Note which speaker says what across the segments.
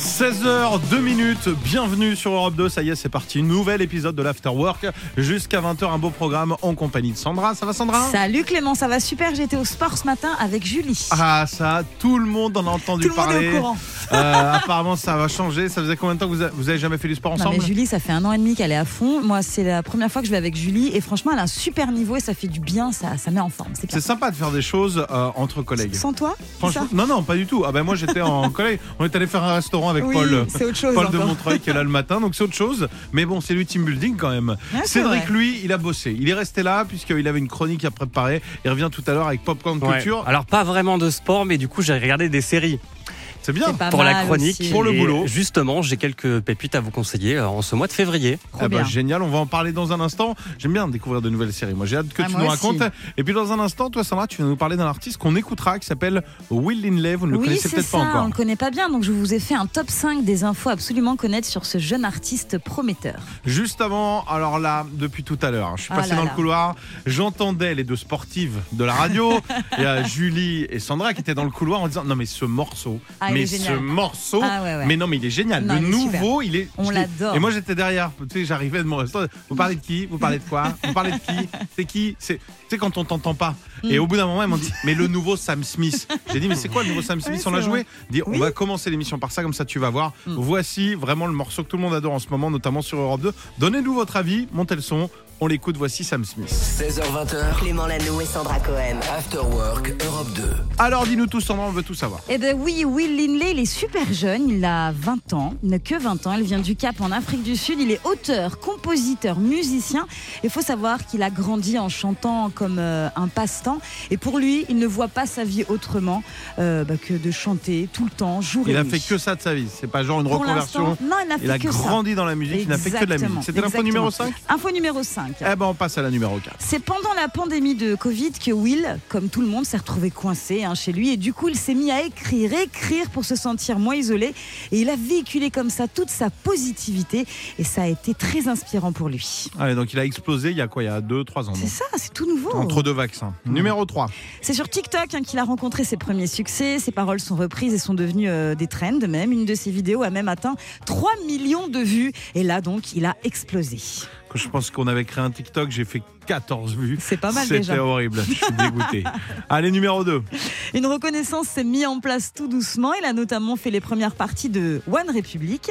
Speaker 1: 16h, 2 minutes, bienvenue sur Europe 2, ça y est, c'est parti, nouvel épisode de l'Afterwork, jusqu'à 20h, un beau programme en compagnie de Sandra. Ça va Sandra
Speaker 2: Salut Clément, ça va super. J'étais au sport ce matin avec Julie.
Speaker 1: Ah ça, tout le monde en a entendu
Speaker 2: Tout le monde
Speaker 1: parler.
Speaker 2: est au courant.
Speaker 1: Euh, apparemment ça va changer, ça faisait combien de temps que vous, a- vous avez jamais fait du sport
Speaker 2: Non,
Speaker 1: ensemble
Speaker 2: mais Julie, ça fait un an et demi qu'elle est à fond. Moi, c'est la première fois que je vais avec Julie et franchement, elle a un super niveau et ça fait du bien, ça, ça met en forme. C'est
Speaker 1: C'est
Speaker 2: clair.
Speaker 1: sympa de faire des choses euh, entre collègues.
Speaker 2: Sans toi c'est ça
Speaker 1: Franchement, non, non, pas du tout. Ah ben moi j'étais en collègue, on est allé faire un restaurant avec
Speaker 2: Oui,
Speaker 1: Paul. euh,
Speaker 2: c'est autre chose.
Speaker 1: Paul de
Speaker 2: encore.
Speaker 1: Montreuil qui est là le matin, donc c'est autre chose. Mais bon, c'est du team building quand même.
Speaker 2: Ouais, Ah, c'est
Speaker 1: Cédric,
Speaker 2: vrai.
Speaker 1: lui, il a bossé. Il est resté là puisqu'il avait une chronique à préparer. Il revient tout à l'heure avec Popcorn
Speaker 3: Ouais. Ah,
Speaker 1: Culture.
Speaker 3: Alors pas vraiment de sport, mais du coup j'ai regardé des séries
Speaker 1: C'est bien.
Speaker 2: C'est pas
Speaker 3: pour la
Speaker 2: mal
Speaker 3: chronique.
Speaker 2: aussi.
Speaker 1: Pour le
Speaker 3: Et
Speaker 1: boulot.
Speaker 3: Justement, j'ai quelques pépites à vous conseiller euh, en ce mois de février.
Speaker 2: Trop
Speaker 1: Ah bah,
Speaker 2: bien.
Speaker 1: génial, on va en parler dans un instant. J'aime bien découvrir de nouvelles séries. Moi, j'ai hâte que
Speaker 2: Ah,
Speaker 1: tu
Speaker 2: moi
Speaker 1: nous
Speaker 2: aussi.
Speaker 1: racontes. Et puis, dans un instant, toi, Sandra, tu vas nous parler d'un artiste qu'on écoutera qui s'appelle Will Linley. Vous ne le
Speaker 2: oui,
Speaker 1: connaissez
Speaker 2: c'est
Speaker 1: peut-être
Speaker 2: ça,
Speaker 1: pas
Speaker 2: on
Speaker 1: encore.
Speaker 2: ne connaît pas bien, donc je vous ai fait un top 5 des infos absolument connaître sur ce jeune artiste prometteur.
Speaker 1: Juste avant, alors là, depuis tout à l'heure, hein, je suis
Speaker 2: Ah
Speaker 1: passé
Speaker 2: là
Speaker 1: dans
Speaker 2: là.
Speaker 1: le couloir, j'entendais les deux sportives de la radio, il y a Julie et Sandra qui étaient dans le couloir en disant non mais ce morceau,
Speaker 2: Ah, il
Speaker 1: mais
Speaker 2: est
Speaker 1: ce
Speaker 2: génial.
Speaker 1: morceau,
Speaker 2: Ah, ouais, ouais.
Speaker 1: mais non mais il est génial,
Speaker 2: Non,
Speaker 1: le
Speaker 2: il est super.
Speaker 1: nouveau, il est,
Speaker 2: On
Speaker 1: je l'ai-
Speaker 2: l'adore.
Speaker 1: Et moi j'étais derrière, tu sais, j'arrivais de mon restaurant, vous parlez de qui, vous parlez de quoi, vous parlez de qui, c'est qui, c'est, tu sais quand on t'entend pas.
Speaker 2: Mm.
Speaker 1: Et au bout d'un moment ils m'ont dit mais le nouveau Sam Smith. J'ai dit mais c'est quoi le nouveau Sam Smith
Speaker 2: Ouais,
Speaker 1: On l'a
Speaker 2: c'est
Speaker 1: joué.
Speaker 2: vrai.
Speaker 1: Dit, on
Speaker 2: Oui.
Speaker 1: va commencer l'émission par ça, comme ça tu vas voir.
Speaker 2: Mm.
Speaker 1: Voici vraiment le morceau que tout le monde adore en ce moment, notamment sur Europe 2. Donnez-nous votre avis, montez le son, on l'écoute, voici Sam Smith.
Speaker 4: 16h20h.
Speaker 5: Clément Lano et Sandra Cohen.
Speaker 4: After Work Europe 2.
Speaker 1: Alors dis-nous tous, Sandra, on veut tout savoir.
Speaker 2: Eh ben oui, Will Linley, il est super jeune, il a 20 ans, il n'a que 20 ans, il vient du Cap en Afrique du Sud, il est auteur, compositeur, musicien. Il faut savoir qu'il a grandi en chantant comme euh, un passe-temps et pour lui, il ne voit pas sa vie autrement euh, bah, que de chanter tout le temps, jour et
Speaker 1: Il a
Speaker 2: nuit.
Speaker 1: fait que ça de sa vie, c'est pas genre une
Speaker 2: Pour
Speaker 1: reconversion.
Speaker 2: l'instant, Non, il n'a
Speaker 1: Il a
Speaker 2: fait que ça.
Speaker 1: grandi dans la musique, il n'a fait que de la
Speaker 2: Exactement,
Speaker 1: musique. C'était l'info
Speaker 2: exactement.
Speaker 1: numéro 5
Speaker 2: Info numéro 5.
Speaker 1: Eh ben on passe à la numéro 4.
Speaker 2: C'est pendant la pandémie de Covid que Will, comme tout le monde, s'est retrouvé coincé hein, chez lui et du coup il s'est mis à écrire, écrire pour se sentir moins isolé et il a véhiculé comme ça toute sa positivité et ça a été très inspirant pour lui.
Speaker 1: Allez, donc il a explosé il y a quoi Il y a 2-3 ans.
Speaker 2: C'est
Speaker 1: donc.
Speaker 2: ça, hein. Mmh. c'est tout nouveau.
Speaker 1: Entre deux vaccins. Numéro 3.
Speaker 2: C'est sur TikTok hein, qu'il a rencontré ses premiers succès. Ses paroles sont reprises et sont devenues euh, des trends même. Une de ses vidéos a même atteint 3 millions de vues. Et là donc, il a explosé.
Speaker 1: Je pense qu'on avait créé un TikTok, j'ai fait 14 vues.
Speaker 2: C'est pas mal déjà.
Speaker 1: C'était horrible, je suis dégoûté. Allez, numéro 2.
Speaker 2: Une reconnaissance s'est mise en place tout doucement. Il a notamment fait les premières parties de One Republic.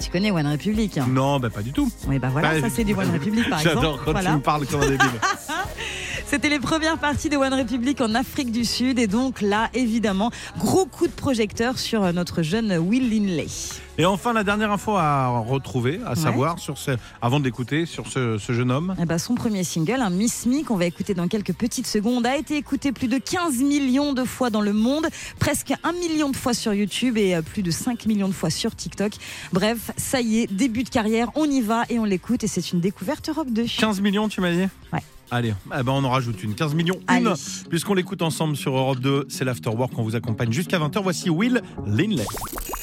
Speaker 2: Tu connais One Republic hein
Speaker 1: Non, ben pas du tout.
Speaker 2: Oui, bah voilà,
Speaker 1: Bah,
Speaker 2: ça c'est du One Republic par exemple.
Speaker 1: J'adore quand
Speaker 2: Voilà.
Speaker 1: tu me parles comme un débile.
Speaker 2: C'était les premières parties de One Republic en Afrique du Sud et donc là, évidemment, gros coup de projecteur sur euh, notre jeune Will Linley.
Speaker 1: Et enfin, la dernière info à retrouver, à savoir, sur ce, avant de l'écouter, sur ce, ce jeune homme.
Speaker 2: Eh ben, son premier single, un Miss Me, qu'on va écouter dans quelques petites secondes, a été écouté plus de 15 millions de fois dans le monde, presque 1 million de fois sur YouTube et euh, plus de 5 millions de fois sur TikTok. Bref, ça y est, début de carrière, on y va et on l'écoute et c'est une découverte Europe 2.
Speaker 1: 15 millions, tu m'as dit
Speaker 2: Ouais.
Speaker 1: Allez, eh ben on en rajoute une. 15 millions,
Speaker 2: Allez.
Speaker 1: une. Puisqu'on l'écoute ensemble sur Europe 2, c'est l'Afterwork, on vous accompagne jusqu'à 20h. Voici Will Linley.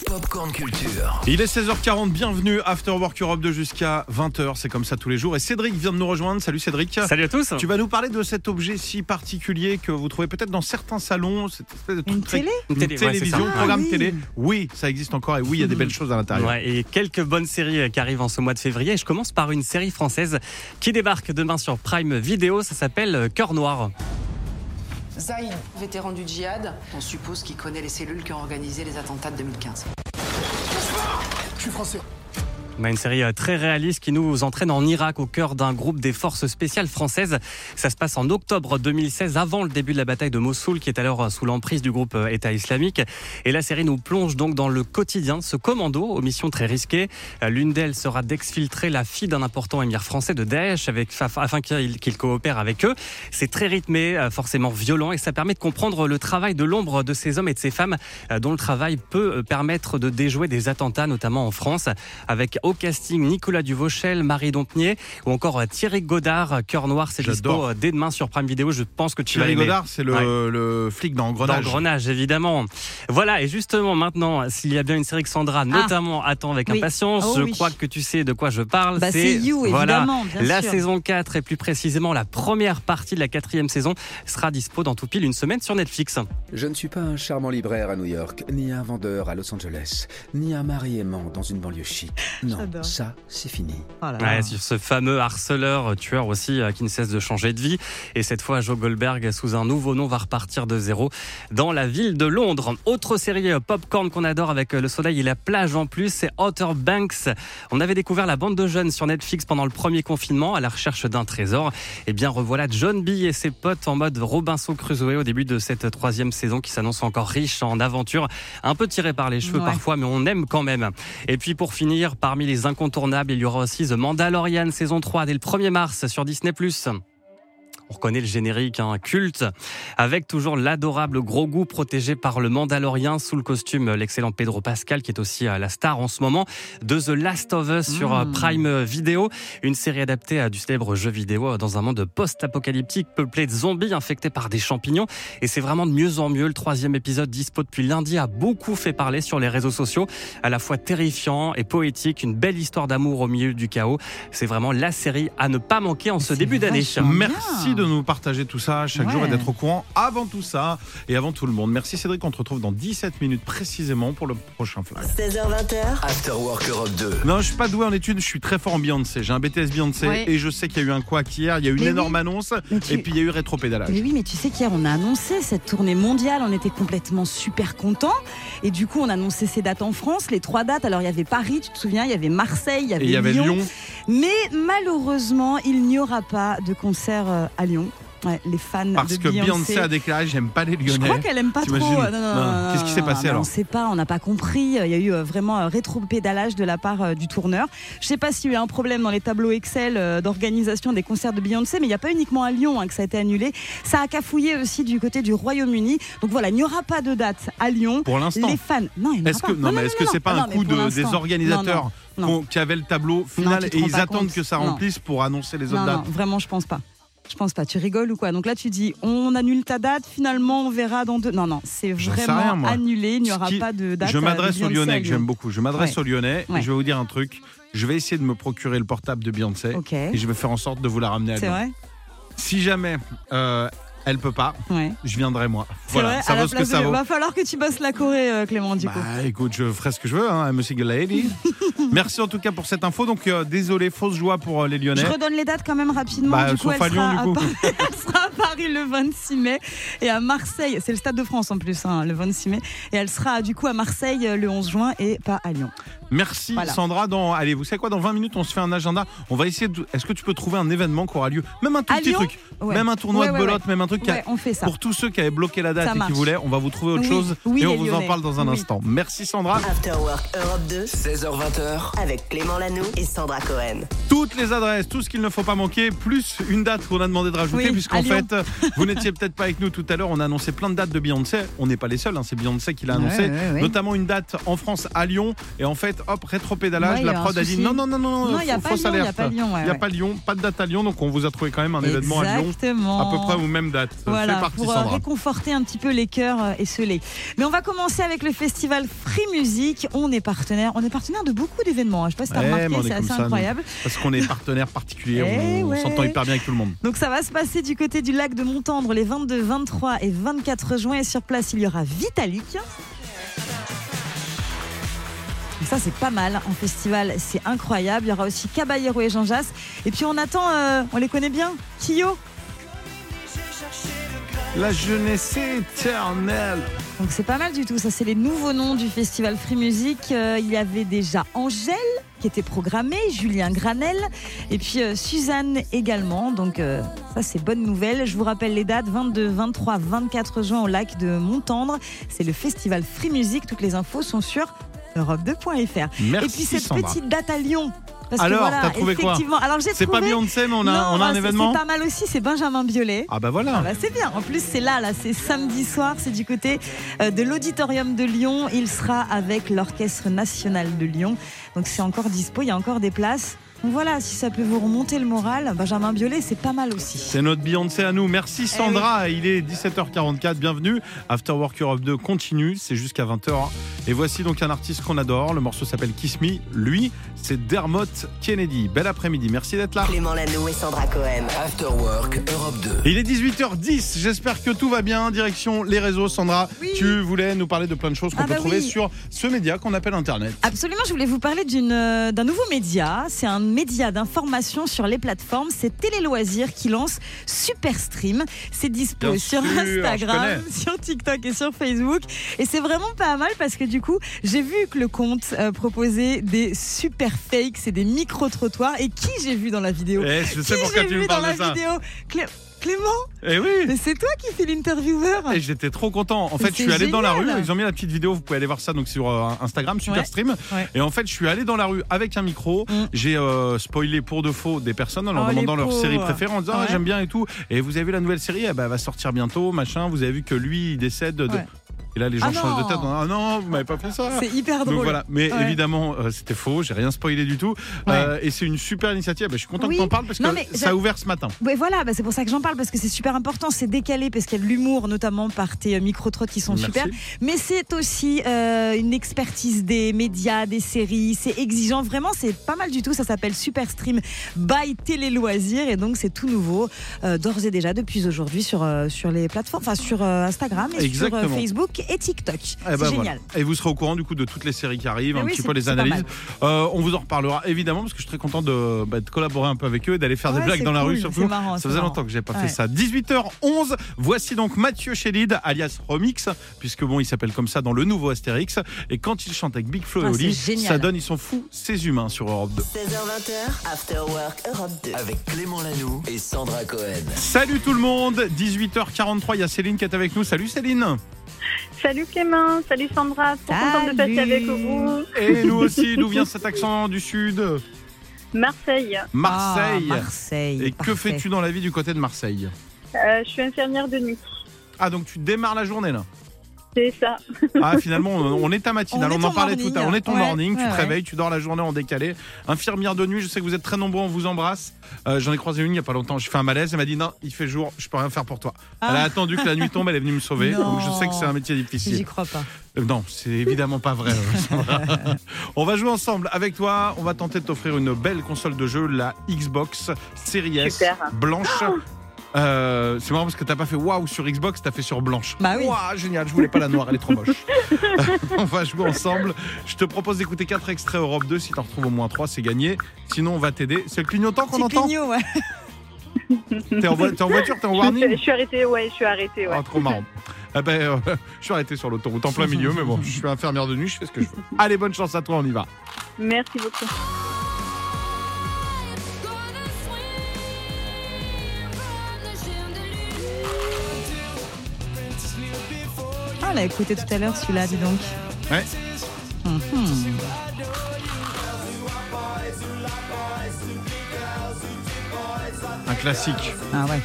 Speaker 4: Popcorn Culture.
Speaker 1: Il est 16h40, bienvenue Afterwork Europe 2 jusqu'à 20h, c'est comme ça tous les jours. Et Cédric vient de nous rejoindre, salut Cédric.
Speaker 3: Salut à tous.
Speaker 1: Ah. Tu vas nous parler de cet objet si particulier que vous trouvez peut-être dans certains salons, cette espèce de truc
Speaker 2: Une
Speaker 1: très-
Speaker 2: télé
Speaker 3: Une
Speaker 1: Une
Speaker 3: télé, ouais, c'est
Speaker 1: télévision,
Speaker 3: ça.
Speaker 1: programme
Speaker 2: Ah oui.
Speaker 1: télé. Oui, ça existe encore et oui, il y a des belles choses à l'intérieur.
Speaker 3: Ouais, et quelques bonnes séries euh, qui arrivent en ce mois de février. Et Je commence par une série française qui débarque demain sur Prime Video. Ça s'appelle euh, Cœur Noir.
Speaker 6: Zaïd, vétéran du djihad, on suppose qu'il connaît les cellules qui ont organisé les attentats de 2015.
Speaker 3: On a une série euh, très réaliste qui nous entraîne en Irak au cœur d'un groupe des forces spéciales françaises. Ça se passe en octobre 2016, avant le début de la bataille de Mossoul, qui est alors euh, sous l'emprise du groupe euh, État islamique. Et la série nous plonge donc dans le quotidien de ce commando aux missions très risquées. Euh, L'une d'elles sera d'exfiltrer la fille d'un important émir français de Daesh avec, afin qu'il qu'il coopère avec eux. C'est très rythmé, euh, forcément violent, et ça permet de comprendre le travail de l'ombre de ces hommes et de ces femmes, euh, dont le travail peut euh, permettre de déjouer des attentats, notamment en France, avec Au casting, Nicolas Duvauchel, Marie Dompnier ou encore euh, Thierry Godard. Cœur Noir, c'est
Speaker 1: J'adore.
Speaker 3: dispo euh, dès demain sur Prime Vidéo. Je pense que tu
Speaker 1: Thierry
Speaker 3: vas aimer.
Speaker 1: Godard, c'est le, le flic dans Grenade.
Speaker 3: D'engrenage, évidemment. Voilà, et justement, maintenant, s'il y a bien une série que Sandra, notamment, attend avec
Speaker 2: Ah. Oui.
Speaker 3: impatience,
Speaker 2: Oh
Speaker 3: je
Speaker 2: oui.
Speaker 3: crois que tu sais de quoi je parle.
Speaker 2: Bah, c'est You,
Speaker 3: voilà,
Speaker 2: évidemment, bien
Speaker 3: La
Speaker 2: sûr.
Speaker 3: saison 4, et plus précisément la première partie de la quatrième saison, sera dispo dans tout pile une semaine sur Netflix.
Speaker 7: Je ne suis pas un charmant libraire à New York, ni un vendeur à Los Angeles, ni un mari aimant dans une banlieue chic. Non,
Speaker 2: J'adore.
Speaker 7: ça, c'est fini.
Speaker 3: Ouais, sur ce fameux harceleur, euh, tueur aussi, euh, qui ne cesse de changer de vie. Et cette fois, Joe Goldberg, sous un nouveau nom, va repartir de zéro dans la ville de Londres. Autre série euh, popcorn qu'on adore avec euh, le soleil et la plage en plus, c'est Outer Banks. On avait découvert la bande de jeunes sur Netflix pendant le premier confinement à la recherche d'un trésor. Eh bien, revoilà John B et ses potes en mode Robinson Crusoe au début de cette troisième saison qui s'annonce encore riche en aventures, un peu tirée par les cheveux
Speaker 2: Ouais.
Speaker 3: parfois, mais on aime quand même. Et puis pour finir, parmi les incontournables, il y aura aussi The Mandalorian saison 3 dès le 1er mars sur Disney+. On reconnaît le générique, un culte, avec toujours l'adorable gros goût protégé par le Mandalorien sous le costume, euh, l'excellent Pedro Pascal, qui est aussi euh, la star en ce moment, de The Last of Us sur euh,
Speaker 2: Mm.
Speaker 3: Prime Video, une série adaptée à du célèbre jeu vidéo euh, dans un monde post-apocalyptique peuplé de zombies infectés par des champignons. Et c'est vraiment de mieux en mieux. Le troisième épisode dispo depuis lundi a beaucoup fait parler sur les réseaux sociaux à la fois terrifiant et poétique, une belle histoire d'amour au milieu du chaos. C'est vraiment la série à ne pas manquer en ce
Speaker 2: C'est
Speaker 3: début d'année.
Speaker 2: vachement bien.
Speaker 1: Merci de nous partager tout ça chaque jour
Speaker 2: Ouais.
Speaker 1: et d'être au courant avant tout ça et avant tout le monde. Merci Cédric, on te retrouve dans 17 minutes précisément pour le prochain flash.
Speaker 5: 16h, 20h,
Speaker 4: After Work Europe 2.
Speaker 1: Non, je suis pas doué en études, je suis très fort en Beyoncé. J'ai un BTS Beyoncé
Speaker 2: Ouais.
Speaker 1: et je sais qu'il y a eu un quoi hier, il y a eu une
Speaker 2: Mais oui.
Speaker 1: énorme annonce
Speaker 2: Mais tu-
Speaker 1: et puis il y a eu rétropédalage.
Speaker 2: Mais oui, mais tu sais qu'hier, on a annoncé cette tournée mondiale. On était complètement super contents. Et du coup, on a annoncé ces dates en France, les trois dates. Alors, il y avait Paris, tu te souviens, il y avait Marseille, il y
Speaker 1: Et
Speaker 2: avait,
Speaker 1: il y avait Lyon.
Speaker 2: Mais malheureusement, il n'y aura pas de concert euh, à Lyon. Ouais, les fans
Speaker 1: parce
Speaker 2: de
Speaker 1: que Beyoncé a déclaré j'aime pas les
Speaker 2: Je crois
Speaker 1: Lyonnais.
Speaker 2: qu'elle aime pas trop. euh,
Speaker 1: T'imagines
Speaker 2: Non, non, non,
Speaker 1: Non.
Speaker 2: non,
Speaker 1: Qu'est-ce qui s'est
Speaker 2: non,
Speaker 1: passé,
Speaker 2: non,
Speaker 1: alors
Speaker 2: On sait pas, on n'a pas compris. Il y a eu euh, vraiment un rétro-pédalage de la part euh, du tourneur. Je sais pas s'il y a eu un problème dans les tableaux Excel euh, d'organisation des concerts de Beyoncé, mais il n'y a pas uniquement à Lyon hein, que ça a été annulé. Ça a cafouillé aussi du côté du Royaume-Uni. Donc voilà, il n'y aura pas de date à Lyon.
Speaker 1: Pour l'instant.
Speaker 2: Les fans. Non, il n'y en aura
Speaker 1: Est-ce
Speaker 2: pas.
Speaker 1: que non, mais est-ce que c'est pas
Speaker 2: non,
Speaker 1: un
Speaker 2: mais
Speaker 1: coup
Speaker 2: pour
Speaker 1: de- des
Speaker 2: l'instant.
Speaker 1: organisateurs
Speaker 2: Non, non,
Speaker 1: qu'on- qui avaient le tableau final
Speaker 2: tu te
Speaker 1: et
Speaker 2: rends
Speaker 1: ils
Speaker 2: pas
Speaker 1: attendent
Speaker 2: compte.
Speaker 1: que ça
Speaker 2: Non.
Speaker 1: remplisse pour annoncer les autres
Speaker 2: Non, non,
Speaker 1: dates
Speaker 2: vraiment, je pense pas. Je pense pas. Tu rigoles ou quoi Donc là, tu dis, on annule ta date. Finalement, on verra dans deux. Non, non, c'est
Speaker 1: J'en sais rien,
Speaker 2: vraiment
Speaker 1: moi.
Speaker 2: annulé. Il n'y
Speaker 1: Ce
Speaker 2: aura
Speaker 1: qui-
Speaker 2: pas de date. euh,
Speaker 1: Je
Speaker 2: à
Speaker 1: m'adresse aux
Speaker 2: Beyoncé à
Speaker 1: Lyonnais que
Speaker 2: Lyon.
Speaker 1: j'aime beaucoup. Je m'adresse
Speaker 2: Ouais.
Speaker 1: aux Lyonnais et
Speaker 2: Ouais.
Speaker 1: je vais vous dire un truc. Je vais essayer de me procurer le portable de Beyoncé
Speaker 2: Ok.
Speaker 1: et je vais faire en sorte de vous la ramener à
Speaker 2: C'est
Speaker 1: Lyon.
Speaker 2: vrai
Speaker 1: Si jamais euh, elle peut pas,
Speaker 2: Ouais.
Speaker 1: je viendrai moi.
Speaker 2: C'est
Speaker 1: Voilà,
Speaker 2: vrai,
Speaker 1: ça
Speaker 2: à la
Speaker 1: vaut ce que
Speaker 2: place de-
Speaker 1: ça vaut.
Speaker 2: Va falloir que tu bosses la Corée, euh, Clément, du coup.
Speaker 1: Bah, écoute, je ferai ce que je veux, hein, I'm a single lady. Merci en tout cas pour cette info. Donc, euh, désolé, fausse joie pour euh, les Lyonnais.
Speaker 2: Je redonne les dates quand même rapidement.
Speaker 1: Bah,
Speaker 2: du coup,
Speaker 1: sauf
Speaker 2: elle
Speaker 1: à
Speaker 2: sera,
Speaker 1: Lyon,
Speaker 2: à
Speaker 1: du coup.
Speaker 2: Paris, elle sera à Paris le 26 mai et à Marseille. C'est le Stade de France en plus, hein, le 26 mai. Et elle sera du coup à Marseille euh, le 11 juin et pas à Lyon.
Speaker 1: Merci
Speaker 2: Voilà.
Speaker 1: Sandra. Dans, allez, vous savez quoi Dans 20 minutes, on se fait un agenda. On va essayer. de- Est-ce que tu peux trouver un événement qui aura lieu Même un tout
Speaker 2: À
Speaker 1: petit
Speaker 2: Lyon
Speaker 1: truc.
Speaker 2: Ouais.
Speaker 1: Même un tournoi
Speaker 2: Ouais,
Speaker 1: de
Speaker 2: ouais,
Speaker 1: belote, même un truc. qui a-
Speaker 2: Ouais, on fait ça.
Speaker 1: Pour tous ceux qui avaient bloqué la
Speaker 2: Ça
Speaker 1: date et qui
Speaker 2: marche.
Speaker 1: voulaient, on va vous trouver autre
Speaker 2: Oui,
Speaker 1: chose
Speaker 2: oui,
Speaker 1: et on
Speaker 2: les
Speaker 1: vous en
Speaker 2: Lyonnais.
Speaker 1: parle dans un
Speaker 2: Oui.
Speaker 1: instant. Merci Sandra.
Speaker 5: After Work Europe 2,
Speaker 4: 16h20h,
Speaker 5: avec Clément Lanoux et Sandra Cohen.
Speaker 1: Toutes les adresses, tout ce qu'il ne faut pas manquer, plus une date qu'on a demandé de rajouter,
Speaker 2: Oui, à
Speaker 1: puisqu'en
Speaker 2: Lyon.
Speaker 1: fait, vous n'étiez peut-être pas avec nous tout à l'heure. On a annoncé plein de dates de Beyoncé. On n'est pas les seuls, hein, c'est Beyoncé qui l'a annoncé.
Speaker 2: Ouais, ouais, ouais.
Speaker 1: Notamment une date en France à Lyon. Et en fait, hop, rétropédalage,
Speaker 2: Ouais, il y
Speaker 1: la
Speaker 2: a un
Speaker 1: prod a dit
Speaker 2: souci.
Speaker 1: non, non, non, non,
Speaker 2: Non, il y a
Speaker 1: fa-
Speaker 2: pas
Speaker 1: fausse
Speaker 2: Lyon, il y a
Speaker 1: alerte.
Speaker 2: pas Lyon, ouais,
Speaker 1: Il y a
Speaker 2: ouais.
Speaker 1: pas Lyon, pas de date à Lyon. Donc on vous a trouvé quand même un événement à Lyon.
Speaker 2: Exactement.
Speaker 1: À peu près aux mêmes dates.
Speaker 2: Voilà,
Speaker 1: c'est parti,
Speaker 2: pour euh,
Speaker 1: Sandra.
Speaker 2: réconforter un petit peu les cœurs euh, esselés. Mais on va commencer avec le festival Free Music. On est partenaire, on est partenaire de beaucoup d'événements. hein. Je ne sais pas si
Speaker 1: Ouais,
Speaker 2: t'as
Speaker 1: mais on
Speaker 2: remarqué,
Speaker 1: est
Speaker 2: c'est
Speaker 1: comme
Speaker 2: assez
Speaker 1: ça, nous.
Speaker 2: incroyable.
Speaker 1: Parce qu'on est partenaire particulier,
Speaker 2: Eh
Speaker 1: on on
Speaker 2: ouais.
Speaker 1: s'entend hyper bien avec tout le monde.
Speaker 2: Donc ça va se passer du côté du lac de Montendre les 22, 23 et 24 juin. Et sur place, il y aura Vitalik. Et ça, c'est pas mal. En festival, c'est incroyable. Il y aura aussi Caballero et Jean Jass. Et puis on attend, euh, on les connaît bien, Kyo.
Speaker 1: La jeunesse éternelle.
Speaker 2: Donc c'est pas mal du tout. Ça, c'est les nouveaux noms du festival Free Music. Euh, il y avait déjà Angèle qui était programmée, Julien Granel et puis euh, Suzanne également. Donc euh, ça, c'est bonne nouvelle. Je vous rappelle les dates 22, 23, 24 juin au lac de Montendre. C'est le festival Free Music. Toutes les infos sont sur europe2.fr. Et
Speaker 1: Merci
Speaker 2: puis cette
Speaker 1: Sandra.
Speaker 2: petite date à Lyon. Parce que
Speaker 1: Alors,
Speaker 2: voilà,
Speaker 1: t'as trouvé quoi
Speaker 2: effectivement. Alors, j'ai
Speaker 1: C'est pas
Speaker 2: trouvé-
Speaker 1: Beyoncé, mais on a,
Speaker 2: Non,
Speaker 1: on a
Speaker 2: bah,
Speaker 1: un
Speaker 2: c'est-
Speaker 1: événement.
Speaker 2: C'est pas mal aussi, c'est Benjamin Biolay.
Speaker 1: Ah bah
Speaker 2: Ah
Speaker 1: voilà.
Speaker 2: bah, c'est bien. En plus, c'est là, là, c'est samedi soir, c'est du côté euh, de l'auditorium de Lyon. Il sera avec l'Orchestre national de Lyon. Donc c'est encore dispo, il y a encore des places. Donc voilà, si ça peut vous remonter le moral, Benjamin Biolay, c'est pas mal aussi.
Speaker 1: C'est notre Beyoncé à nous.
Speaker 2: Eh
Speaker 1: Merci Sandra. Il est 17h44. Bienvenue. After Work Europe 2 continue. C'est jusqu'à 20h. Et voici donc un artiste qu'on adore. Le morceau s'appelle Kiss Me. Lui, c'est Dermot Kennedy. Bel après-midi. Merci d'être là.
Speaker 5: Clément Lano et Sandra Cohen.
Speaker 4: After Work Europe 2.
Speaker 1: Il est 18h10, j'espère que tout va bien. Direction les réseaux, Sandra. Tu voulais nous parler de plein de choses qu'on
Speaker 2: Ah
Speaker 1: peut
Speaker 2: bah
Speaker 1: trouver
Speaker 2: oui.
Speaker 1: sur ce média qu'on appelle Internet.
Speaker 2: Absolument, je voulais vous parler d'une, euh, d'un nouveau média. C'est un média d'information sur les plateformes. C'est Télé Loisirs qui lance Superstream. C'est dispo
Speaker 1: Bien
Speaker 2: sur
Speaker 1: sûr, je
Speaker 2: Instagram, sur TikTok et sur Facebook. Et c'est vraiment pas mal parce que du coup, j'ai vu que le compte euh, proposait des super fakes et des micro-trottoirs. Et qui j'ai vu dans la vidéo
Speaker 1: Eh, je sais
Speaker 2: Qui
Speaker 1: pourquoi
Speaker 2: j'ai
Speaker 1: tu
Speaker 2: vu
Speaker 1: me
Speaker 2: dans
Speaker 1: parles
Speaker 2: la
Speaker 1: de ça.
Speaker 2: vidéo Clé- Clément,
Speaker 1: Eh oui
Speaker 2: mais c'est toi qui fais l'intervieweur
Speaker 1: Ah, et j'étais trop content. En
Speaker 2: Mais
Speaker 1: fait, je
Speaker 2: c'est
Speaker 1: suis allé dans la rue.
Speaker 2: génial.
Speaker 1: Ils ont mis la petite vidéo. Vous pouvez aller voir ça donc sur euh, Instagram, Superstream.
Speaker 2: ouais.
Speaker 1: Et en fait, je suis allé dans la rue avec un micro.
Speaker 2: Mm.
Speaker 1: J'ai euh, spoilé pour de faux des personnes en leur
Speaker 2: Oh, les
Speaker 1: demandant leur
Speaker 2: pauvres.
Speaker 1: série préférée, en disant Ah,
Speaker 2: Ouais.
Speaker 1: j'aime bien et tout. Et vous avez vu la nouvelle série Eh ben, Elle va sortir bientôt, machin. Vous avez vu que lui, il décède. De...
Speaker 2: Ouais.
Speaker 1: Et là, les gens
Speaker 2: Ah
Speaker 1: changent de
Speaker 2: non.
Speaker 1: tête. Ah non, vous m'avez pas fait ça.
Speaker 2: C'est hyper
Speaker 1: Donc
Speaker 2: drôle.
Speaker 1: voilà, mais
Speaker 2: Ouais.
Speaker 1: évidemment, euh, c'était faux, j'ai rien spoilé du tout. Euh, et c'est une super initiative. Bah, je suis content
Speaker 2: Oui.
Speaker 1: que t'en parles parce
Speaker 2: Non, mais
Speaker 1: que ça
Speaker 2: j'a-
Speaker 1: a ouvert ce matin.
Speaker 2: Ouais, voilà, bah, c'est pour ça que j'en parle, parce que c'est super important, c'est décalé, parce qu'il y a de l'humour, notamment par tes euh, micro-trottes qui sont
Speaker 1: Merci.
Speaker 2: super. Mais c'est aussi euh, une expertise des médias, des séries, c'est exigeant, vraiment, c'est pas mal du tout. Ça s'appelle Superstream by Télé Loisirs, et donc c'est tout nouveau, euh, d'ores et déjà, depuis aujourd'hui, sur, euh, sur les plateformes, enfin sur euh, Instagram, et sur
Speaker 1: Exactement.
Speaker 2: euh, Facebook et TikTok.
Speaker 1: Eh
Speaker 2: c'est
Speaker 1: ben,
Speaker 2: génial.
Speaker 1: voilà. Et vous serez au courant du coup de toutes les séries qui arrivent,
Speaker 2: Mais
Speaker 1: un
Speaker 2: oui,
Speaker 1: petit
Speaker 2: c'est-
Speaker 1: peu les
Speaker 2: c'est pas
Speaker 1: analyses.
Speaker 2: mal.
Speaker 1: Euh, on vous en reparlera évidemment parce que je suis très content de, bah, de collaborer un peu avec eux et d'aller faire des
Speaker 2: Ouais,
Speaker 1: blagues
Speaker 2: c'est
Speaker 1: dans la rue
Speaker 2: cool,
Speaker 1: surtout.
Speaker 2: c'est marrant,
Speaker 1: ça
Speaker 2: c'est
Speaker 1: faisait
Speaker 2: marrant.
Speaker 1: longtemps que j'ai pas fait
Speaker 2: Ouais.
Speaker 1: ça. 18h11, voici donc Mathieu Chélide alias Remix, puisque bon, il s'appelle comme ça dans le nouveau Astérix. Et quand il chante avec Big Flo et
Speaker 2: Ah, c'est
Speaker 1: Oli,
Speaker 2: génial.
Speaker 1: ça donne, ils sont fous, ces humains sur Europe 2.
Speaker 5: 16h20, After Work Europe 2.
Speaker 4: Avec Clément Lanoux et Sandra Cohen.
Speaker 1: Salut tout le monde, 18h43, il y a Céline qui est avec nous. Salut Céline
Speaker 8: Salut Clément, salut Sandra, trop contente de
Speaker 2: Salut.
Speaker 8: passer avec vous.
Speaker 1: Et nous aussi, d'où vient cet accent du sud
Speaker 8: Marseille,
Speaker 1: Marseille
Speaker 2: Ah, Marseille.
Speaker 1: Et que
Speaker 2: parfait.
Speaker 1: fais-tu dans la vie du côté de Marseille
Speaker 8: Euh, je suis infirmière de nuit,
Speaker 1: Ah donc tu démarres la journée là
Speaker 8: c'est ça.
Speaker 1: Ah finalement on on est ta matinale,
Speaker 2: On
Speaker 1: on,
Speaker 2: est
Speaker 1: en
Speaker 2: ton
Speaker 1: parlait
Speaker 2: morning.
Speaker 1: tout à l'heure, on est ton
Speaker 2: Ouais,
Speaker 1: morning, tu
Speaker 2: ouais,
Speaker 1: te
Speaker 2: ouais.
Speaker 1: réveilles, tu dors la journée en décalé. Infirmière de nuit, je sais que vous êtes très nombreux, on vous embrasse. Euh, J'en ai croisé une il y a pas longtemps, j'ai fait un malaise, elle m'a dit non, il fait jour, je peux rien faire pour toi. Elle a
Speaker 2: Ah.
Speaker 1: attendu que la nuit tombe, elle est venue me sauver,
Speaker 2: Non.
Speaker 1: donc je sais que c'est un métier
Speaker 2: J'y
Speaker 1: difficile.
Speaker 2: crois pas.
Speaker 1: Euh, Non, c'est évidemment pas vrai. euh, Sandra. on va jouer ensemble avec toi. On va tenter de t'offrir une belle console de jeu, la Xbox Series S
Speaker 8: Super.
Speaker 1: blanche. Euh, c'est marrant parce que t'as pas fait waouh sur Xbox, t'as fait sur blanche.
Speaker 2: Bah oui.
Speaker 1: Waouh, génial, je voulais pas la noire, elle est trop moche. on va jouer ensemble. Je te propose d'écouter quatre extraits Europe 2. Si t'en retrouves au moins 3, c'est gagné. Sinon, on va t'aider. C'est le clignotant qu'on
Speaker 2: Petit
Speaker 1: entend
Speaker 2: clignot, ouais.
Speaker 1: T'es en, vo- t'es en voiture, t'es en warning
Speaker 8: Je, je suis arrêtée, ouais, je suis arrêtée, ouais.
Speaker 1: ah, trop marrant. Ah ben, euh, je suis arrêté sur l'autoroute en plein milieu, mais bon, je suis infirmière de nuit, je fais ce que je veux. Allez, bonne chance à toi, on y va.
Speaker 8: Merci beaucoup.
Speaker 2: Ah, on l'a écouté tout à l'heure celui-là, dis donc.
Speaker 1: Ouais.
Speaker 2: Mhm.
Speaker 1: Un classique.
Speaker 2: Ah ouais.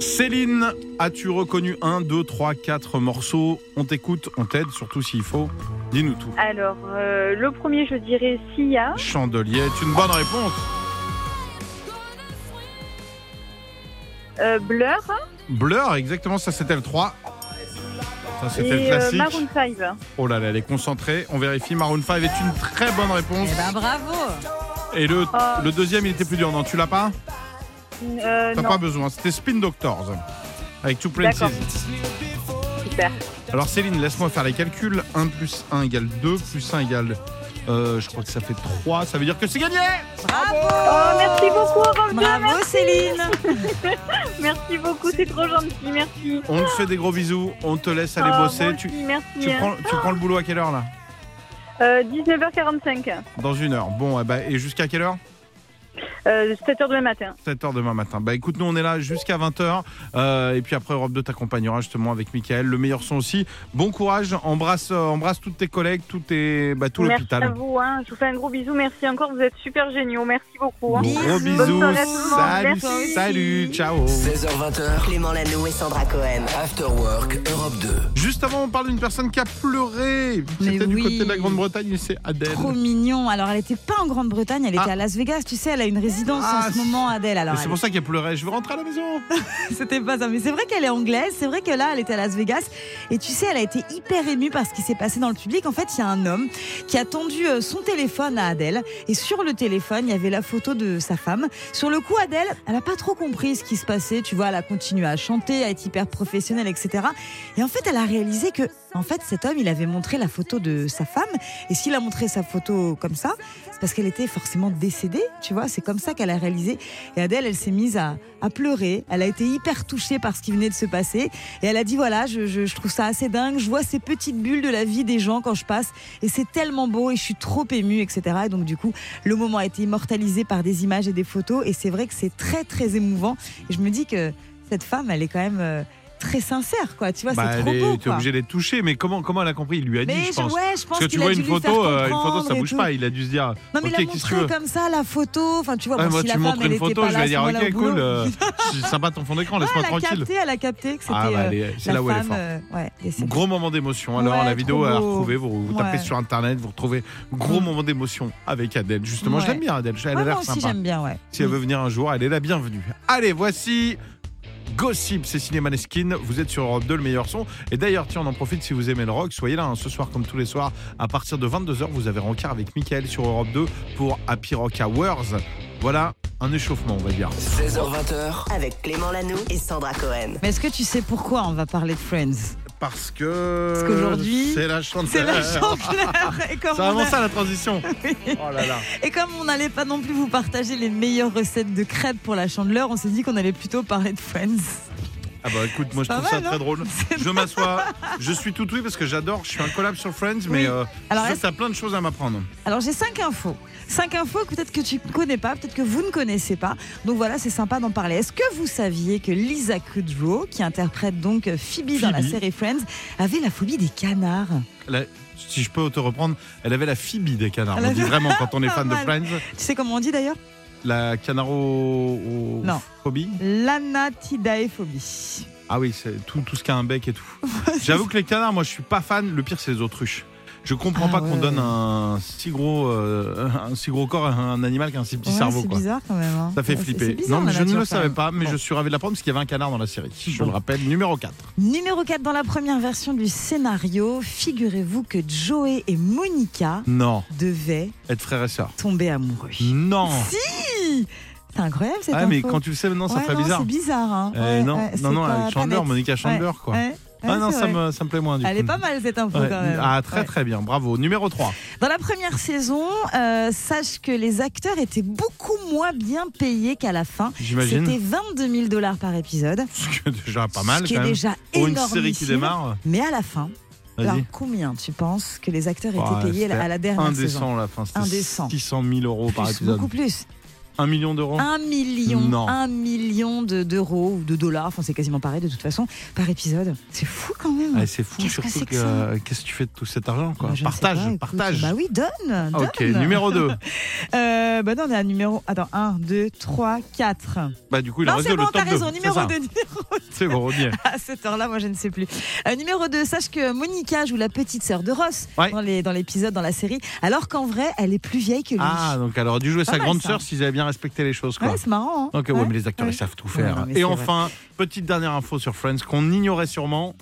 Speaker 1: Céline, as-tu reconnu 1, 2, 3, 4 morceaux On t'écoute, on t'aide, surtout s'il faut. Dis-nous tout.
Speaker 8: Alors, euh, le premier, je dirais Sia.
Speaker 1: Chandelier est une bonne réponse.
Speaker 8: Euh, Blur
Speaker 1: Blur, exactement, ça c'était le 3. Ça c'était le
Speaker 8: et euh,
Speaker 1: classique.
Speaker 8: Maroon 5.
Speaker 1: Oh là là, elle est concentrée. On vérifie. Maroon 5 est une très bonne réponse.
Speaker 2: Eh ben bravo
Speaker 1: Et le, le deuxième, il était plus dur. Non, tu l'as pas
Speaker 8: Euh,
Speaker 1: T'as
Speaker 8: non,
Speaker 1: pas besoin. C'était Spin Doctors. Avec Two Places.
Speaker 8: D'accord. super.
Speaker 1: Alors Céline, laisse-moi faire les calculs. 1 plus 1 égale 2, plus 1 égale... euh, je crois que ça fait 3. Ça veut dire que c'est gagné
Speaker 8: Oh, merci beaucoup, Europe 2,
Speaker 2: Bravo Céline
Speaker 8: merci beaucoup, c'est trop gentil, merci.
Speaker 1: On te fait des gros bisous. On te laisse aller
Speaker 8: Oh, moi
Speaker 1: bosser. Tu,
Speaker 8: aussi, hein. merci.
Speaker 1: tu, prends, tu prends le boulot à quelle heure là
Speaker 8: Euh, 19h45.
Speaker 1: Dans une heure. Bon, eh ben, et jusqu'à quelle heure
Speaker 8: Euh, 7h demain matin.
Speaker 1: 7h demain matin. Bah écoute, nous on est là jusqu'à 20h. et puis après, Europe 2 t'accompagnera justement avec Michael. Le meilleur son aussi. Bon courage, embrasse, euh, embrasse toutes tes collègues, tout, tes, bah, tout
Speaker 8: merci à
Speaker 1: l'hôpital.
Speaker 8: vous. hein. Je vous fais un gros bisou. Merci encore. Vous êtes super géniaux. Merci beaucoup. hein.
Speaker 1: Gros
Speaker 2: Bisous.
Speaker 1: bisous.
Speaker 8: Bonne soirée à tout le monde.
Speaker 1: Salut,
Speaker 8: Merci.
Speaker 1: salut, ciao.
Speaker 4: 16h20h,
Speaker 5: Clément Lano et Sandra Cohen.
Speaker 4: After Work Europe 2.
Speaker 1: Juste avant, on parle d'une personne qui a pleuré.
Speaker 2: Mais
Speaker 1: C'était du
Speaker 2: oui.
Speaker 1: côté de la Grande-Bretagne, et c'est Adèle.
Speaker 2: Trop mignon. Alors, elle n'était pas en Grande-Bretagne, elle était
Speaker 1: Ah.
Speaker 2: à Las Vegas. Tu sais, elle a une résidence
Speaker 1: Ah,
Speaker 2: en ce
Speaker 1: c'est-
Speaker 2: moment, Adèle. Alors,
Speaker 1: Mais C'est
Speaker 2: elle-
Speaker 1: pour ça qu'elle pleurait. Je veux rentrer à la maison.
Speaker 2: C'était pas ça. Mais c'est vrai qu'elle est anglaise. C'est vrai que là, elle était à Las Vegas. Et tu sais, elle a été hyper émue par ce qui s'est passé dans le public. En fait, il y a un homme qui a tendu euh, son téléphone à Adèle. Et sur le téléphone, il y avait la photo de sa femme. Sur le coup, Adèle, elle n'a pas trop compris ce qui se passait. Tu vois, elle a continué à chanter, à être hyper professionnelle, etc. Et en fait, elle a réalisé que, en fait, cet homme, il avait montré la photo de sa femme. Et s'il a montré sa photo comme ça, c'est parce qu'elle était forcément décédée. Tu vois, c'est comme ça qu'elle a réalisé. Et Adèle, elle s'est mise à, à pleurer. Elle a été hyper touchée par ce qui venait de se passer. Et elle a dit voilà, je, je- je trouve ça assez dingue. Je vois ces petites bulles de la vie des gens quand je passe. Et c'est tellement beau. Et je suis trop émue, etc. Et donc, du coup, le moment a été immortalisé par des images et des photos. Et c'est vrai que c'est très, très émouvant. Et je me dis que cette femme, elle est quand même. euh, Très sincère, quoi. Tu vois,
Speaker 1: Bah,
Speaker 2: c'est
Speaker 1: elle
Speaker 2: trop beau.
Speaker 1: est t'es
Speaker 2: Quoi.
Speaker 1: obligé de les toucher. Mais comment, comment elle a compris Il lui a dit,
Speaker 2: Mais
Speaker 1: je pense.
Speaker 2: ouais, je pense
Speaker 1: Parce que tu
Speaker 2: qu'il a
Speaker 1: vois
Speaker 2: dû
Speaker 1: une
Speaker 2: lui faire
Speaker 1: photo, euh, une photo,
Speaker 2: comprendre
Speaker 1: ça
Speaker 2: et
Speaker 1: bouge
Speaker 2: tout.
Speaker 1: pas. Il a dû se dire.
Speaker 2: Non, mais
Speaker 1: ok,
Speaker 2: il a
Speaker 1: qu'est-ce que tu
Speaker 2: montré
Speaker 1: veux
Speaker 2: comme ça la photo. Enfin, tu vois,
Speaker 1: Ouais,
Speaker 2: bon,
Speaker 1: moi,
Speaker 2: si
Speaker 1: tu
Speaker 2: la
Speaker 1: montres
Speaker 2: femme, elle
Speaker 1: une
Speaker 2: était
Speaker 1: photo,
Speaker 2: pas
Speaker 1: je
Speaker 2: là à
Speaker 1: vais
Speaker 2: ce
Speaker 1: dire
Speaker 2: moment-là au
Speaker 1: ok,
Speaker 2: boulot.
Speaker 1: cool, euh, c'est sympa ton fond d'écran,
Speaker 2: Ouais,
Speaker 1: laisse-moi Ah,
Speaker 2: elle a
Speaker 1: tranquille.
Speaker 2: capté, elle a capté que c'était
Speaker 1: Ah, bah,
Speaker 2: euh,
Speaker 1: elle est- c'est
Speaker 2: la
Speaker 1: là où elle est
Speaker 2: femme.
Speaker 1: forte.
Speaker 2: euh, ouais, décédée.
Speaker 1: Gros moment d'émotion. Alors,
Speaker 2: Ouais,
Speaker 1: la vidéo
Speaker 2: trop
Speaker 1: à
Speaker 2: beau.
Speaker 1: retrouver, vous, vous
Speaker 2: Ouais.
Speaker 1: tapez sur internet, vous retrouvez gros
Speaker 2: Mm.
Speaker 1: moment d'émotion avec Adèle. Justement, je
Speaker 2: Ouais.
Speaker 1: l'aime bien, Adèle. Elle
Speaker 2: Ouais,
Speaker 1: a
Speaker 2: moi
Speaker 1: l'air
Speaker 2: aussi,
Speaker 1: sympa.
Speaker 2: j'aime bien, ouais.
Speaker 1: Si elle veut venir un jour, elle est la bienvenue. Allez, voici Gossip, c'est Cinéma Neskin. Vous êtes sur Europe 2, le meilleur son. Et d'ailleurs, tiens, on en profite si vous aimez le rock. Soyez là hein, ce soir, comme tous les soirs, à partir de 22h. Vous avez rencard avec Michael sur Europe 2 pour Happy Rock Hours. Voilà, un échauffement, on va dire.
Speaker 4: 16h20h,
Speaker 5: Avec Clément Lano et Sandra Cohen.
Speaker 2: Mais est-ce que tu sais pourquoi on va parler de Friends
Speaker 1: Parce que.
Speaker 2: Parce qu'aujourd'hui,
Speaker 1: C'est la chanson.
Speaker 2: C'est la chanceleur et, comme
Speaker 1: C'est
Speaker 2: on
Speaker 1: vraiment
Speaker 2: a-
Speaker 1: ça la transition. Oh là là.
Speaker 2: et comme on n'allait pas non plus vous partager les meilleures recettes de crêpes pour la chandeleur, on s'est dit qu'on allait plutôt parler de Friends.
Speaker 1: Ah bah écoute, moi je
Speaker 2: C'est pas
Speaker 1: trouve ça
Speaker 2: mal,
Speaker 1: très
Speaker 2: hein
Speaker 1: drôle. Je m'assois, je suis tout oui parce que j'adore, je suis un collab sur Friends, mais euh,
Speaker 2: Alors,
Speaker 1: je sais
Speaker 2: est-ce-
Speaker 1: que t'as plein de choses à m'apprendre.
Speaker 2: Alors j'ai cinq infos. Cinq infos que peut-être que tu ne connais pas, peut-être que vous ne connaissez pas. Donc voilà, c'est sympa d'en parler. Est-ce que vous saviez que Lisa Kudrow, qui interprète donc Phoebe, dans la
Speaker 1: Phoebe.
Speaker 2: série Friends, avait la phobie des canards
Speaker 1: La- si je peux te reprendre, elle avait la phibie des canards.
Speaker 2: Elle
Speaker 1: on dit
Speaker 2: avait-
Speaker 1: vraiment quand on est fan de
Speaker 2: Pas mal.
Speaker 1: Friends,
Speaker 2: Tu sais comment on dit d'ailleurs
Speaker 1: la canaro
Speaker 2: Non.
Speaker 1: phobie.
Speaker 2: L'anatidaephobie.
Speaker 1: Ah oui, c'est tout, tout ce qui a un bec et tout. J'avoue que les canards, moi je suis pas fan. Le pire, c'est les autruches. Je comprends
Speaker 2: Ah
Speaker 1: pas qu'on
Speaker 2: ouais.
Speaker 1: donne un si gros, euh, un si gros corps à un animal qu'un si petit
Speaker 2: Ouais,
Speaker 1: cerveau.
Speaker 2: C'est
Speaker 1: quoi.
Speaker 2: bizarre quand même. hein.
Speaker 1: Ça fait
Speaker 2: C'est-
Speaker 1: flipper.
Speaker 2: c'est bizarre,
Speaker 1: non, mais je
Speaker 2: la
Speaker 1: ne
Speaker 2: nature,
Speaker 1: le
Speaker 2: quand
Speaker 1: savais
Speaker 2: même.
Speaker 1: pas, mais
Speaker 2: Bon.
Speaker 1: je suis ravi de l'apprendre parce qu'il y avait un canard dans la série. Je le rappelle, numéro 4.
Speaker 2: Numéro 4 dans la première version du scénario, figurez-vous que Joey et Monica
Speaker 1: Non,
Speaker 2: devaient
Speaker 1: être frère et sœur. tomber
Speaker 2: tomber amoureux.
Speaker 1: Non.
Speaker 2: Si C'est incroyable cette
Speaker 1: Ah mais
Speaker 2: info.
Speaker 1: quand tu le sais maintenant, ça
Speaker 2: Ouais,
Speaker 1: fait
Speaker 2: non,
Speaker 1: bizarre.
Speaker 2: C'est bizarre. hein.
Speaker 1: Euh,
Speaker 2: Ouais,
Speaker 1: non,
Speaker 2: ouais,
Speaker 1: non,
Speaker 2: c'est
Speaker 1: non,
Speaker 2: pas-
Speaker 1: avec
Speaker 2: pas
Speaker 1: Chandler,
Speaker 2: net.
Speaker 1: Monica Chandler, quoi.
Speaker 2: Ouais, ouais,
Speaker 1: ah non,
Speaker 2: c'est
Speaker 1: ça
Speaker 2: vrai.
Speaker 1: me, ça me plaît moins du
Speaker 2: Elle
Speaker 1: coup.
Speaker 2: est pas mal cette info
Speaker 1: Ouais.
Speaker 2: quand même.
Speaker 1: Ah très
Speaker 2: Ouais.
Speaker 1: très bien, bravo. Numéro 3.
Speaker 2: Dans la première saison, euh, sache que les acteurs étaient beaucoup moins bien payés qu'à la fin. C'était
Speaker 1: J'imagine.
Speaker 2: 22 000 dollars par épisode.
Speaker 1: Ce qui est déjà pas mal
Speaker 2: ce qui
Speaker 1: quand
Speaker 2: est
Speaker 1: même.
Speaker 2: déjà
Speaker 1: Pour
Speaker 2: énorme.
Speaker 1: une série qui démarre,
Speaker 2: Mais à la fin, alors
Speaker 1: vas-y. Bah,
Speaker 2: combien tu penses que les acteurs étaient
Speaker 1: Ouais,
Speaker 2: payés à la dernière saison
Speaker 1: Indécent la fin, c'était
Speaker 2: Indécent.
Speaker 1: 600 000 euros par
Speaker 2: Plus,
Speaker 1: épisode.
Speaker 2: Beaucoup plus. Ah,
Speaker 1: 1 million d'euros
Speaker 2: Un million,
Speaker 1: Non.
Speaker 2: un million de- d'euros ou de dollars, enfin c'est quasiment pareil de toute façon, par épisode. C'est fou quand même.
Speaker 1: Ouais, Ah, C'est fou,
Speaker 2: Qu'est-ce que
Speaker 1: surtout
Speaker 2: c'est
Speaker 1: que
Speaker 2: que ça
Speaker 1: euh, qu'est-ce que tu fais de tout cet argent quoi
Speaker 2: Bah, je ne sais
Speaker 1: Partage,
Speaker 2: pas, écoute.
Speaker 1: partage. Ah,
Speaker 2: Bah oui, donne. donne.
Speaker 1: ok, numéro 2.
Speaker 2: Euh, bah non, on est à numéro. Attends, 1, 2, 3, 4.
Speaker 1: Bah du coup, il
Speaker 2: Non,
Speaker 1: reste
Speaker 2: c'est
Speaker 1: le
Speaker 2: bon,
Speaker 1: top
Speaker 2: t'as raison.
Speaker 1: 2.
Speaker 2: Numéro 2, numéro
Speaker 1: C'est bon, on y est.
Speaker 2: à cette heure-là, moi je ne sais plus. Euh, numéro 2, sache que Monica joue la petite sœur de Ross
Speaker 1: Ouais.
Speaker 2: dans les- dans l'épisode, dans, la série, alors qu'en vrai, elle est plus vieille que lui.
Speaker 1: Ah, donc elle aurait dû jouer
Speaker 2: Pas
Speaker 1: sa
Speaker 2: mal,
Speaker 1: grande
Speaker 2: ça.
Speaker 1: sœur s'ils avaient bien respecté les choses, quoi.
Speaker 2: ouais, c'est marrant. hein.
Speaker 1: Ok, ouais,
Speaker 2: Ouais.
Speaker 1: mais les acteurs,
Speaker 2: Ouais.
Speaker 1: ils savent tout
Speaker 2: Ouais,
Speaker 1: faire.
Speaker 2: non, mais
Speaker 1: Et
Speaker 2: c'est
Speaker 1: enfin, petite dernière info sur Friends qu'on ignorait sûrement.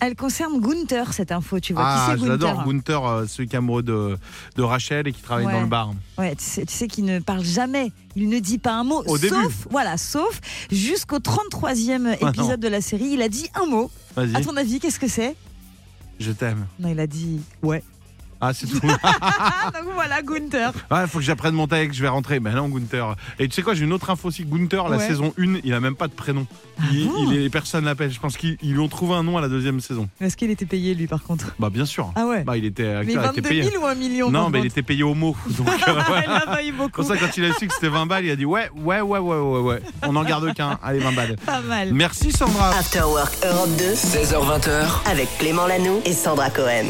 Speaker 2: Elle concerne Gunther, cette info, tu vois.
Speaker 1: ah,
Speaker 2: Bah, qui c'est
Speaker 1: je l'adore,
Speaker 2: Gunther
Speaker 1: Gunther, euh, celui qui est amoureux de, de Rachel et qui travaille
Speaker 2: Ouais.
Speaker 1: dans le bar.
Speaker 2: Ouais, tu sais, tu sais qu'il ne parle jamais, il ne dit pas un mot.
Speaker 1: Au
Speaker 2: sauf,
Speaker 1: début.
Speaker 2: voilà, sauf jusqu'au 33e
Speaker 1: Ah,
Speaker 2: épisode
Speaker 1: non.
Speaker 2: de la série, il a dit un mot.
Speaker 1: Vas-y,
Speaker 2: À ton avis, qu'est-ce que c'est
Speaker 1: je t'aime.
Speaker 2: Non, il a dit ouais.
Speaker 1: Ah, c'est tout.
Speaker 2: Ah, donc voilà, Gunther.
Speaker 1: Ah, faut que j'apprenne mon texte, je vais rentrer. Mais non, Gunther. Et tu sais quoi, j'ai une autre info aussi. Gunther, la
Speaker 2: Ouais. Ah
Speaker 1: saison 1, il a même pas de prénom. il,
Speaker 2: bon
Speaker 1: il est, personne l'appelle. Je pense qu'ils ils lui ont trouvé un nom à la deuxième saison.
Speaker 2: Est-ce qu'il était payé, lui, par contre
Speaker 1: Bah, bien sûr.
Speaker 2: Ah ouais
Speaker 1: Bah, il était
Speaker 2: Mais
Speaker 1: acteur, il était
Speaker 2: 22
Speaker 1: payé.
Speaker 2: 000 ou 1 million
Speaker 1: Non,
Speaker 2: par
Speaker 1: mais il
Speaker 2: contre
Speaker 1: était payé au mot. Donc,
Speaker 2: Ah,
Speaker 1: euh, ouais.
Speaker 2: Elle a failli beaucoup.
Speaker 1: Pour ça, quand il a su que c'était 20 balles, il a dit ouais, ouais, ouais, ouais, ouais, ouais. On en garde qu'un. Allez, 20 balles.
Speaker 2: Pas mal.
Speaker 1: Merci Sandra.
Speaker 5: After Work Europe 2
Speaker 4: 16h20h,
Speaker 5: avec Clément Lanoux et Sandra Cohen.